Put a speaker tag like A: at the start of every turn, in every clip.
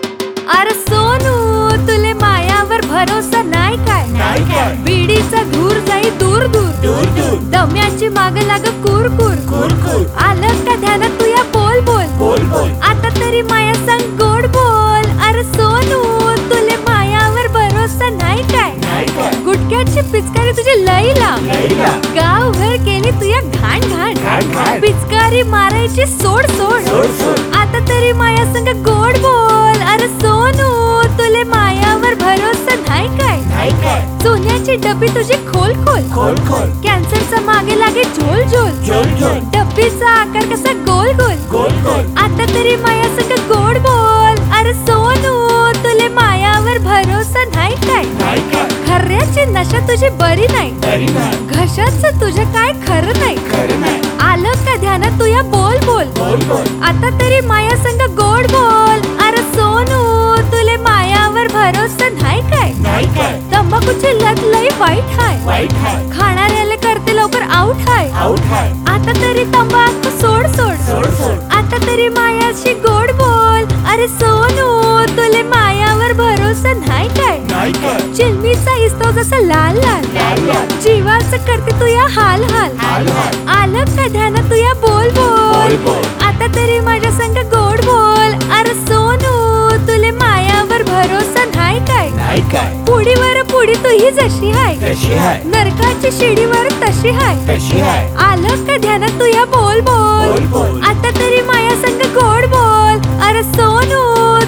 A: अरे सोनू तुले मायावर भरोसा नाही
B: नाही
A: काय
B: काय?
A: बीडीचा धूर जाई दूर दूर
B: दूर दूर.
A: दम्याची माग लाग कुरकुर
B: कुरकुर.
A: आलं का ध्यानात तू या बोल बोल
B: बोल बोल
A: आता तरी माया संग गोड बोल अरे सोनू तुले मायावर भरोसा नाही काय
B: नाही काय?
A: गुटक्याची पिचकारी तुझी लईला
B: लैला
A: गावभर केली तुया घाण
B: घाण
A: घाण
B: घाण.
A: पिचकारी मारायची सोड
B: सोड
A: सोड
B: सोड
A: आता तरी माया संग गोड बोल अरे सोनू तुले मायावर भरोसा नाही काय
B: नाही काय
A: सोन्याची डब्बी तुझी खोल खोल
B: खोल खोल
A: कॅन्सरचा मागे लागे झोल झोल
B: झोल झोल.
A: डब्बीचा आकार कसा गोल गोल
B: गोल गोल
A: आता तरी माया संग गोड बोल अरे सोनू तुले मायावर भरोसा नाही काय
B: नाही काय
A: खऱ्याची नशा तुझी बरी नाही
B: तरी नाही
A: घशाचं तुझं काय खरं नाही
B: खरं नाही
A: आलं का ध्यानात तुया बोल बोल
B: बोल बोल
A: आता तरी माया संग गोड बोल अरे सोनू तुले मायावर भरोसा नाही काय
B: नाही काय
A: तंबाखूची लत लई वाईट हाय
B: वाईट हाय
A: खाणाऱ्याला करते लवकर आउट हाय
B: आऊट हाय
A: आता तरी तंबाखू सोड
B: सोड
A: सोड
B: सोड
A: आता तरी मायाशी गोड बोल अरे सोनू तुले मायावर भरोसा नाही काय
B: नाही काय
A: चिलमीचा हिसतो जसा लाल लाल
B: लाल लाल.
A: जीवाचं करते तुया हाल हाल
B: हाल हाल.
A: आलं का ध्यानात तुया बोल
B: बोल
A: बोल
B: बोल
A: आता तरी माझ्या संग गोड बोल अरे सोनू तुले मायावर भरोसा नाही काय
B: नाही काय
A: पुडीवर पुडी तू ही जशी हाय
B: कशी हाय
A: नरकाची शिडीवर तशी हाय
B: कशी हाय
A: आलं का ध्यानात तू या बोल
B: बोल
A: बोल
B: बोल.
A: आता तरी माया संग गोड बोल अरे सोनू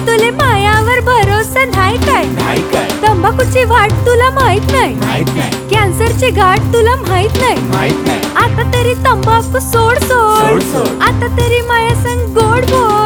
A: तुले मायावर भरोसा नाही काय
B: नाही काय
A: तंबाखूची वाट तुला माहित नाही
B: माहित नाही
A: कॅन्सरची गाठ तुला माहित नाही
B: माहित नाही
A: आता तरी तंबाखू सोड सोड
B: सोड सोड
A: आता तरी माया संग गोड बोल